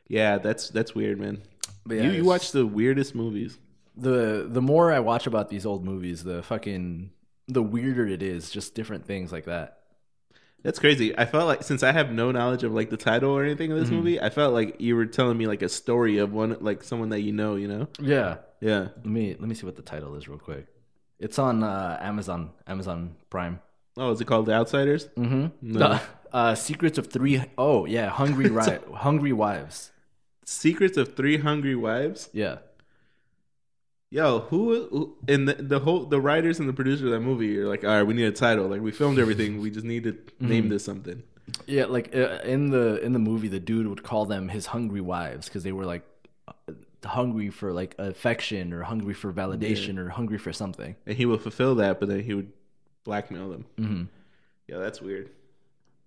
Yeah, that's that's weird, man. But yeah, you you it's- watch the weirdest movies. the the more I watch about these old movies, the fucking the weirder it is, just different things like that. That's crazy. I felt like since I have no knowledge of like the title or anything of this Mhm. movie, I felt like you were telling me like a story of one like someone that you know, you know? Yeah. Yeah. Let me let me see what the title is real quick. It's on uh, Amazon Amazon Prime. Oh, is it called The Outsiders? Mm-hmm. No. *laughs* uh, Secrets of Three Oh yeah, *laughs* Hungry Ri- Hungry Wives. Secrets of Three Hungry Wives. Yeah. Yo, who who- and the, the whole the writers and the producer of that movie are like, all right, we need a title. Like we filmed everything, we just need to Mm-hmm. name this something. Yeah, like uh, in the in the movie, the dude would call them his hungry wives because they were like uh, hungry for like affection or hungry for validation or hungry for something. And he would fulfill that, but then he would blackmail them. Mm-hmm. Yeah, that's weird.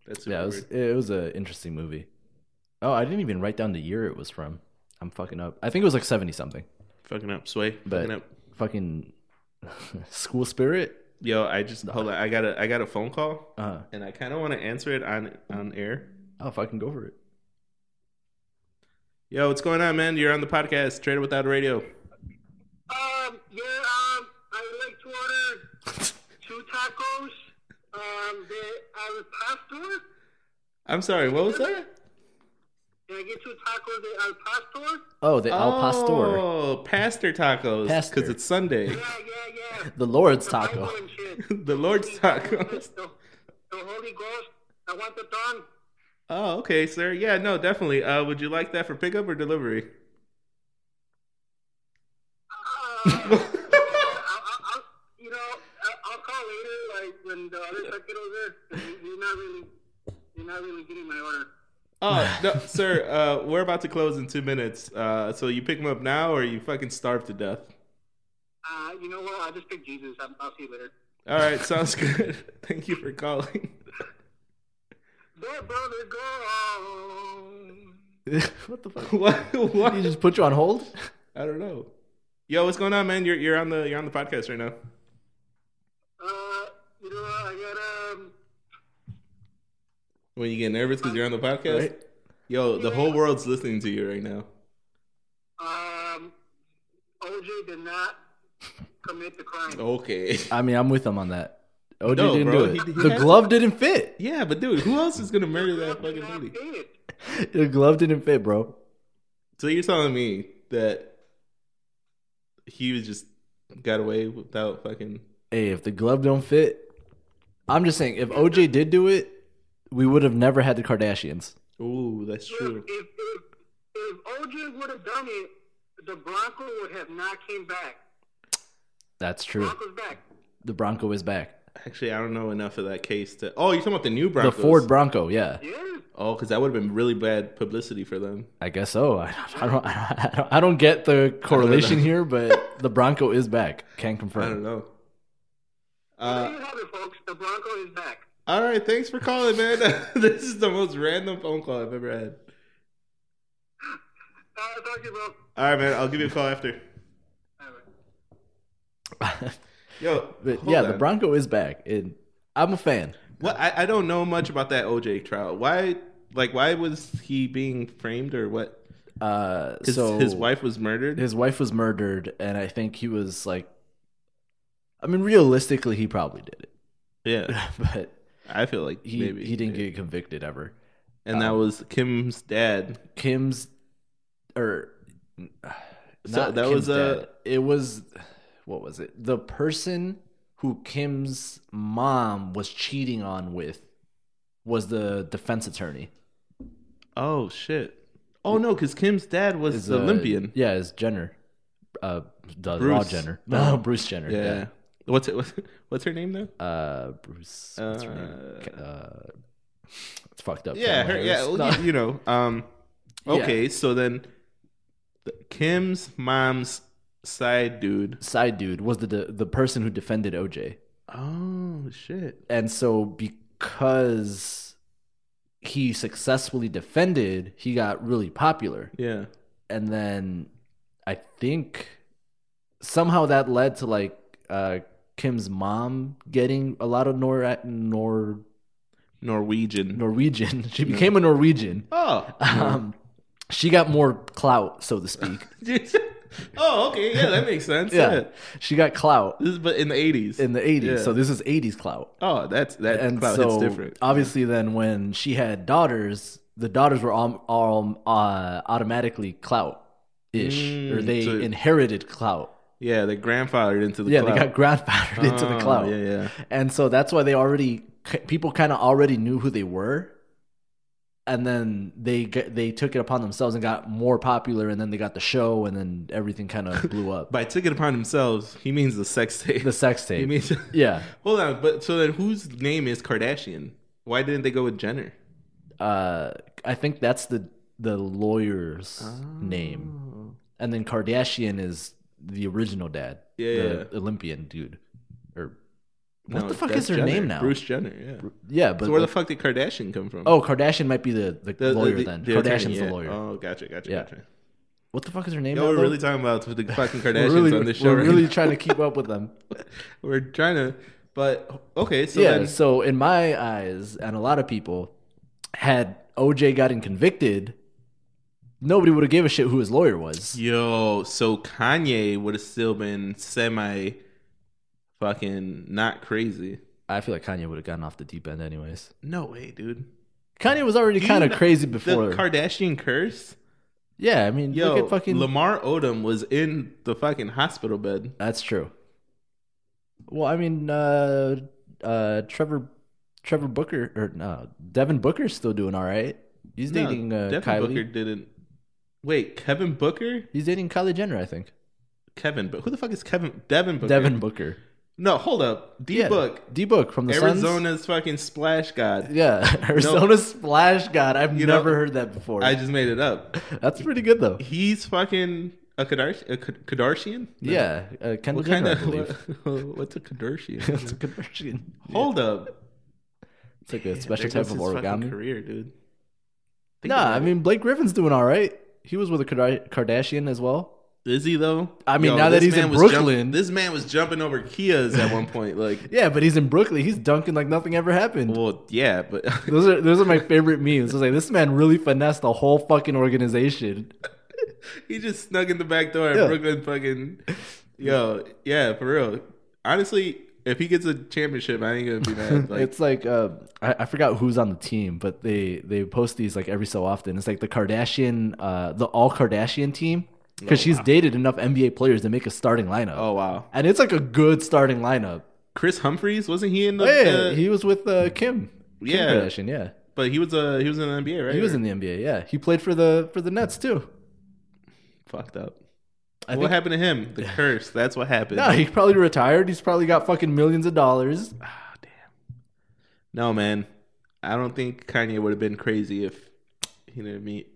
That's super Yeah, it was, weird. it was an interesting movie. Oh, I didn't even write down the year it was from. I'm fucking up. I think it was like 70 something. Fucking up, sway. But- Fucking up. Fucking *laughs* school spirit. Yo, I just hold on. I got a I got a phone call, Uh, and I kind of want to answer it on on air. oh, fucking go for it. Yo, what's going on, man? You're on the podcast, Trader Without a Radio. Um, yeah, um, I would like to order two tacos. Um, the al pastor. I'm sorry, what was that? Can I get two tacos de al pastor? Oh, the Al Pastor. Oh, pastor tacos. Pastor. Because it's Sunday. *laughs* Yeah, yeah, yeah. The Lord's The taco. *laughs* Bible and shit. the Lord's tacos. The, the Holy Ghost. I want the tongue. Oh, okay, sir. Yeah, no, definitely. Uh, would you like that for pickup or delivery? *laughs* Uh, I'll, I'll, I'll, you know, I'll, I'll call later, like when the other stuff gets over. You're not really, Oh *laughs* no, sir. Uh, we're about to close in two minutes. Uh, so you pick him up now, or you fucking starve to death. Uh, you know what? I just picked Jesus. i I'll see you later. All right, sounds *laughs* good. Thank you for calling. *laughs* That brother gone. what the fuck? what? What? He just put you on hold? I don't know. Yo, what's going on, man? You're you're on the you're on the podcast right now. Uh, you know what? I got um. When you get nervous because you're on the podcast, Right? yo, the whole world's listening to you right now. Um, OJ did not commit the crime. Okay. *laughs* I mean, I'm with him on that. OJ No, didn't bro. do it. He- he the has- glove didn't fit. Yeah, but dude, who else is gonna murder that Did fucking not lady? pay it. The glove didn't fit, bro. So you're telling me that he was just got away without fucking Hey, if the glove don't fit, I'm just saying, if OJ did do it, we would have never had the Kardashians. Ooh, that's If, true. if, if, if OJ would have done it, the Bronco would have not came back. That's true. Bronco's back. The Bronco is back. Actually, I don't know enough of that case to Oh, you're talking about the new Broncos. The Ford Bronco, yeah. Yeah. Oh, because that would have been really bad publicity for them. I guess so. *laughs* I don't, I don't, I don't, I don't get the correlation here, but the Bronco is back. Can I don't confirm. know. Well, Uh, there you have it, folks. The Bronco is back. all right, thanks for calling, man. *laughs* this is the most random phone call I've ever had. Uh, I'll talk to you, bro. All right, man, I'll give you a call after. All right. Yo, *laughs* but hold yeah, on. the Bronco is back, and I'm a fan. What I, I don't know much about that OJ trial. Why, like, why was he being framed or what? Uh, Because so his wife was murdered. his wife was murdered, and I think he was like, I mean, realistically, he probably did it, *laughs* yeah, but I feel like he maybe he didn't get convicted ever. And that was Kim's dad. Kim's or So not that Kim's was, uh, dad. it was what was it? The person who Kim's mom was cheating on with was the defense attorney. Oh shit. Oh no, because Kim's dad was Is, the uh, Olympian. Yeah, is Jenner. Uh the Law Bruce. Jenner. Oh. No, *laughs* Bruce Jenner. Yeah. Yeah. What's it? *laughs* What's, what's her name though? Uh Bruce what's her name? Ca- Uh, it's fucked up. Yeah, Kamala her, yeah. Harris. well, No. you, you know. *laughs* Um. Okay, so then, the, Kim's mom's side dude. Side dude was the de- the person who defended OJ. Oh shit. and so because he successfully defended, he got really popular. Yeah. And then I think somehow that led to like uh, Kim's mom getting a lot of Nor Nor Norwegian. Norwegian. *laughs* She became a Norwegian. oh. *laughs* Um, she got more clout, so *laughs* to speak. oh, okay. Yeah, that makes sense. Yeah. yeah, she got clout This is but in the eighties. in the '80s. Yeah. So this is '80s clout. Oh, that's that and cloud so uh, hits different. obviously then when she had daughters the daughters were all, all uh, automatically clout ish Mm, or they so- inherited clout yeah, they grandfathered into the yeah cloud. they got grandfathered *laughs* into the Oh, clout Yeah, yeah. and so that's why they already people kind of already knew who they were and then they get, they took it upon themselves and got more popular and then they got the show and then everything kind *laughs* of blew up By took it upon themselves, he means the sex tape. *laughs* the sex tape he means *laughs* yeah Hold on, but so then whose name is Kardashian? Why didn't they go with Jenner? uh i think that's the the lawyer's Oh. name And then Kardashian is the original dad, Yeah, the Olympian dude, or what No, the fuck that's is her Jenner. name now? Bruce Jenner. Yeah. Yeah, but So where the like- fuck did Kardashian come from? oh, Kardashian might be the, the, The- the- lawyer then. the attorney, Kardashian's yeah. the lawyer. Oh, gotcha, gotcha, Yeah. gotcha. what the fuck is her name? Yo, now, we're though? really talking about *laughs* the fucking We're Kardashians really- on this show. We're right really now. trying to keep up with them. *laughs* we're trying to, but okay. So yeah. then, So in my eyes, and a lot of people, had OJ gotten convicted, nobody would have gave a shit who his lawyer was. yo, so Kanye would have still been semi, fucking not crazy. I feel like Kanye would have gotten off the deep end anyways. No way, dude. Kanye was already Do you kind of know- crazy The before. Kardashian curse. yeah, I mean, Yo, look at fucking Lamar Odom was in the fucking hospital bed. That's true. Well, I mean, uh, uh, Trevor, Trevor Booker or no, Devin Booker's still doing all right. He's No, dating uh, Devin Kylie. Booker didn't. Wait, Kevin Booker? Heooker. He's dating Kylie Jenner, I think. Kevin, but who the fuck is Kevin? Devin Booker. Devin Booker. No, hold up. D book. D book from the Suns? Arizona's fucking splash god. Yeah, *laughs* Arizona Splash God. I've You know, never heard that before. I just made it up. That's pretty good though. He's fucking a Kadarsh- a Kad- Kadarshien? No. Yeah, uh, Kendall What Jenner, kind I of believe. *laughs* *laughs* what's a it's a *laughs* Kadarshien? conversion. Hold up. It's like a Yeah, special there type goes of his fucking origami. career, dude. Think Nah, about I it. mean Blake Griffin's doing all right. He was with a Kardar- Kardashian as well. is he though? I mean, now that this he's in man was jump- Brooklyn- this man was jumping over Kias at one point. Like, *laughs* Yeah, but he's in Brooklyn. He's dunking like nothing ever happened. well, yeah, but *laughs* Those are those are my favorite memes. It's like this man really finessed the whole fucking organization. he just snug in the back door at Yeah. Brooklyn. Fucking, yo, yeah, for real. Honestly, if he gets a championship, I ain't gonna be *laughs* mad. Like, it's like uh, I, I forgot who's on the team, but they they post these like every so often. It's like the Kardashian, uh, the all Kardashian team, because she's dated enough NBA players to make a starting lineup, oh wow, and it's like a good starting lineup. Chris Humphreys wasn't he in the? yeah, uh, he was with uh, Kim. Kim Yeah. Kardashian. Yeah, but he was uh, he was in the NBA, right? he was in the NBA. Yeah, he played for the for the Nets too. fucked up. I what think- happened to him? *laughs* The curse. That's what happened. No, he probably retired. He's probably got fucking millions of dollars. Ah, damn. No, man. I don't think Kanye would have been crazy if he didn't meet.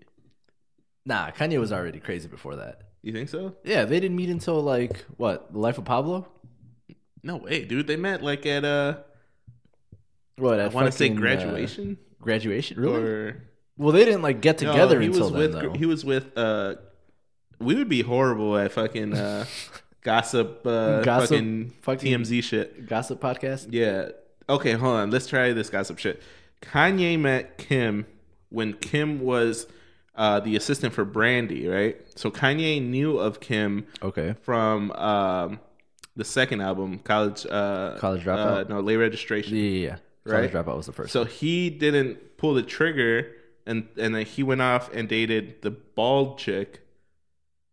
Nah, Kanye was already crazy before that. You think so? Yeah, they didn't meet until like what? The Life of Pablo? No way, dude. They met like at uh, What? I at want to say fucking, uh, graduation graduation, really? or well, they didn't like get No, together he until was with then, gr- though. he was with uh, we would be horrible at fucking *laughs* uh, gossip, uh, Gossip, fucking, fucking- TMZ shit. Gossip podcast. Yeah. Okay, hold on. Let's try this gossip shit. Kanye met Kim when Kim was uh, the assistant for Brandy, right? So Kanye knew of Kim Okay. from um, the second album, College uh, College uh, dropout. no, Late Registration. yeah, yeah, yeah. Right? College dropout was the first. So he didn't pull the trigger, and and then he went off and dated the bald chick,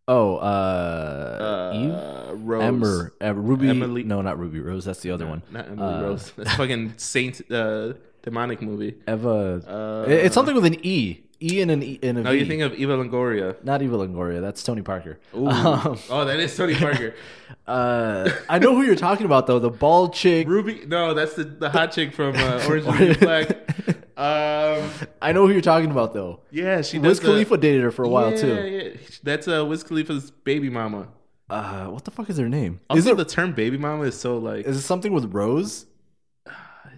oh, uh, Eve, uh, Rose. Ember, uh, Ruby. Emily- No, not Ruby Rose. That's the other one. Not Emily Uh, Rose. *laughs* That's fucking Saint uh, demonic movie. Eva. Uh, It- it's something with an E. E and an E and a No, V. you think of Eva Longoria. not Eva Longoria. That's Tony Parker. Ooh. *laughs* Um, oh, that is Tony *laughs* Parker. uh, I know who you're talking about though. The bald chick. Ruby, no, that's the, the hot chick from *laughs* uh, Orange is the New Black. Um, I know who you're talking about though. yeah, she Wiz does the- Khalifa dated her for a while yeah, too. Yeah, that's uh, Wiz Khalifa's baby mama. Uh, what the fuck is her name? Also, Is it the term baby mama is so like is it something with Rose?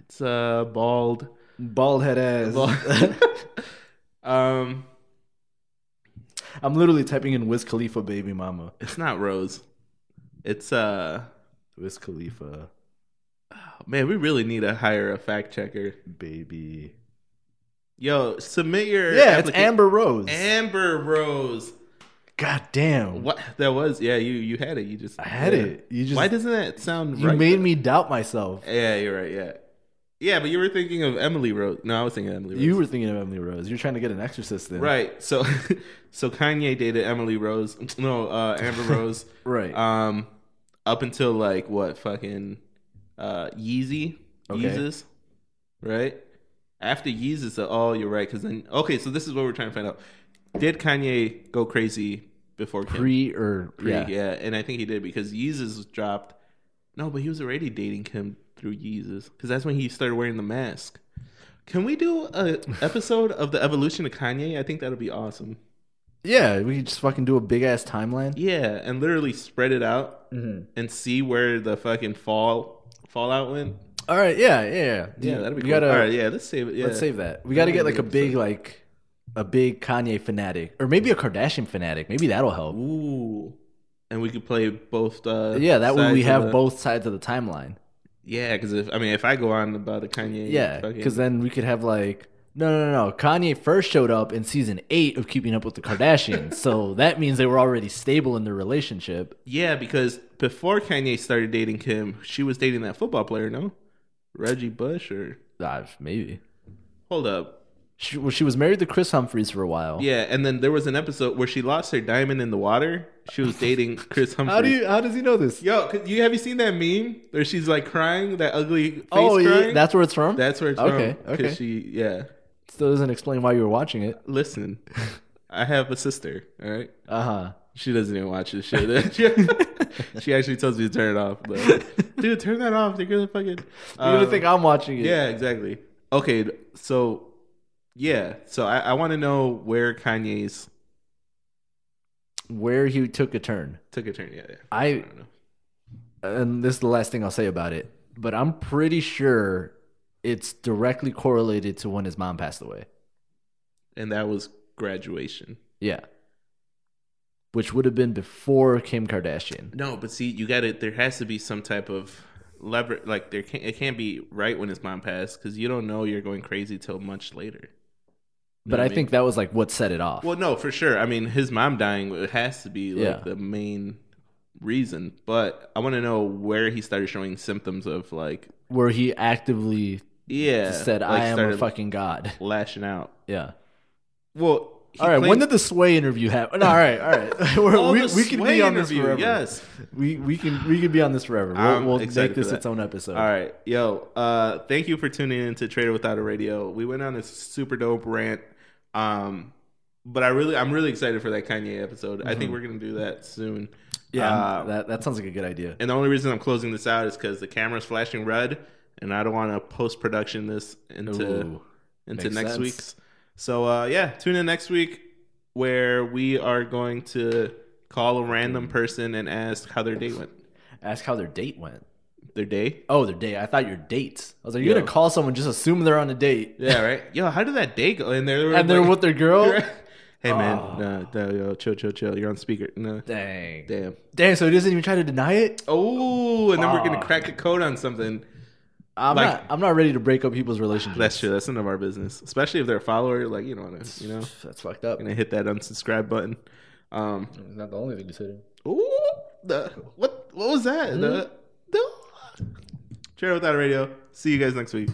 it's uh, *laughs* bald. *laughs* Bald head ass. *laughs* Bald- um, I'm literally typing in Wiz Khalifa baby mama. it's not Rose. It's uh, Wiz Khalifa man, we really need to hire a fact checker. baby. Yo, submit your Yeah, it's applica- Amber Rose. Amber Rose. God damn. What that was? Yeah, you you had it. You just I had yeah. it. You just Why doesn't that sound you right? made me doubt myself. yeah, you're right. Yeah, yeah, but you were thinking of Emily Rose. No, I was thinking of Emily Rose. You were thinking of Emily Rose. You're trying to get an exorcist then. right. So, *laughs* so Kanye dated Emily Rose. No, uh, Amber *laughs* Rose. Right. um, up until like what fucking uh Yeezy, Okay. Yeezus, right? After Yeezus, uh, oh, you're right. Because then, okay, so this is what we're trying to find out. Did Kanye go crazy before Kim? pre or Pre, yeah. yeah. and I think he did because Yeezus was dropped. No, but he was already dating Kim through Yeezus because that's when he started wearing the mask. Can we do a episode of the evolution of Kanye? I think that'll be awesome. Yeah, we could just fucking do a big ass timeline. Yeah, and literally spread it out Mhm. and see where the fucking fall fallout went. All right, yeah, yeah, yeah. Yeah, that'd be we cool. gotta All right, yeah, let's save it. Yeah. let's save that. We gotta That'd get be like a good big like a big Kanye fanatic or maybe a Kardashian fanatic. Maybe that'll help. Ooh, and we could play both. Uh, Yeah, that way sides we of have the- both sides of the timeline. Yeah, because if I mean, if I go on about the Kanye, Yeah, fucking- because then we could have like no, no, no, no. Kanye first showed up in season eight of Keeping Up with the *laughs* Kardashians, so that means they were already stable in their relationship. yeah, because before Kanye started dating Kim, she was dating that football player, no, Reggie Bush or Ah, maybe hold up, she, well, she was married to Chris Humphries for a while. yeah. And then there was an episode where she lost her diamond in the water. She was dating Chris Humphries. *laughs* How do you? How does he know this? Yo, could you have you seen that meme where she's like crying, that ugly face oh, yeah, crying? that's where it's from. That's where it's Okay, from. 'cause okay. She, yeah. *laughs* Still doesn't explain why you were watching it. Listen, I have a sister. All right. Uh huh. She doesn't even watch this shit. *laughs* she, she actually tells me to turn it off. *laughs* But dude, turn that off. They're gonna fucking. You're gonna Um, think I'm watching it. Yeah, exactly. Okay, so yeah, so I, I want to know where Kanye's Where he took a turn. took a turn. Yeah, yeah. I I don't know. and this is the last thing I'll say about it, but I'm pretty sure it's directly correlated to when his mom passed away. And that was graduation. Yeah. Which would have been before Kim Kardashian. No, but see, you got to There has to be some type of lever. Like there can't. It can't be right when his mom passed because you don't know you're going crazy till much later. You know But what I mean? think that was like what set it off. Well, no, for sure. I mean, his mom dying it has to be like Yeah. the main reason. But I want to know where he started showing symptoms of like, Where he actively yeah, said, like, I am a started fucking god. lashing out. Yeah. Well, he all right. claims- When did the Sway interview happen? No, all right. *laughs* All right. *laughs* We're, Oh, we the we can Sway be on this interview, forever. Yes. We, we, can, we can be on this forever. I'm We'll, we'll excited make for this that. its own episode. All right, yo. Uh, thank you for tuning in to Trader Without a Radio. We went on a super dope rant, um, but I really, I'm really excited for that Kanye episode. I think we're gonna do that soon. Mm-hmm. Yeah. Uh, that, that sounds like a good idea. And the only reason I'm closing this out is because the camera's flashing red, and I don't want to post production this into Ooh. into makes next sense. week's. So uh, yeah, tune in next week where we are going to call a random person and ask how their day went. Ask how their date went. Their day? *laughs* Oh, their date. I thought your dates. I was like, Yo. you're going to call someone, just assume they're on a date. Yeah, right. Yo, how did that day go? And they're And they're like- with *laughs* their girl? Hey Oh. man, no, no, yo, chill, chill, chill. You're on speaker. No, Dang. damn. Dang, so he doesn't even try to deny it? Oh, and then we're gonna Fuck. crack the code on something. I'm Like- not I'm not ready to break up people's relationships. That's true. That's none of our business, especially if they're a follower. Like you know, you know, That's fucked up. gonna hit that unsubscribe button. Um, It's not the only thing to say. Ooh, the Hmm? what? What was that? The, the Trailer without a radio. See you guys next week.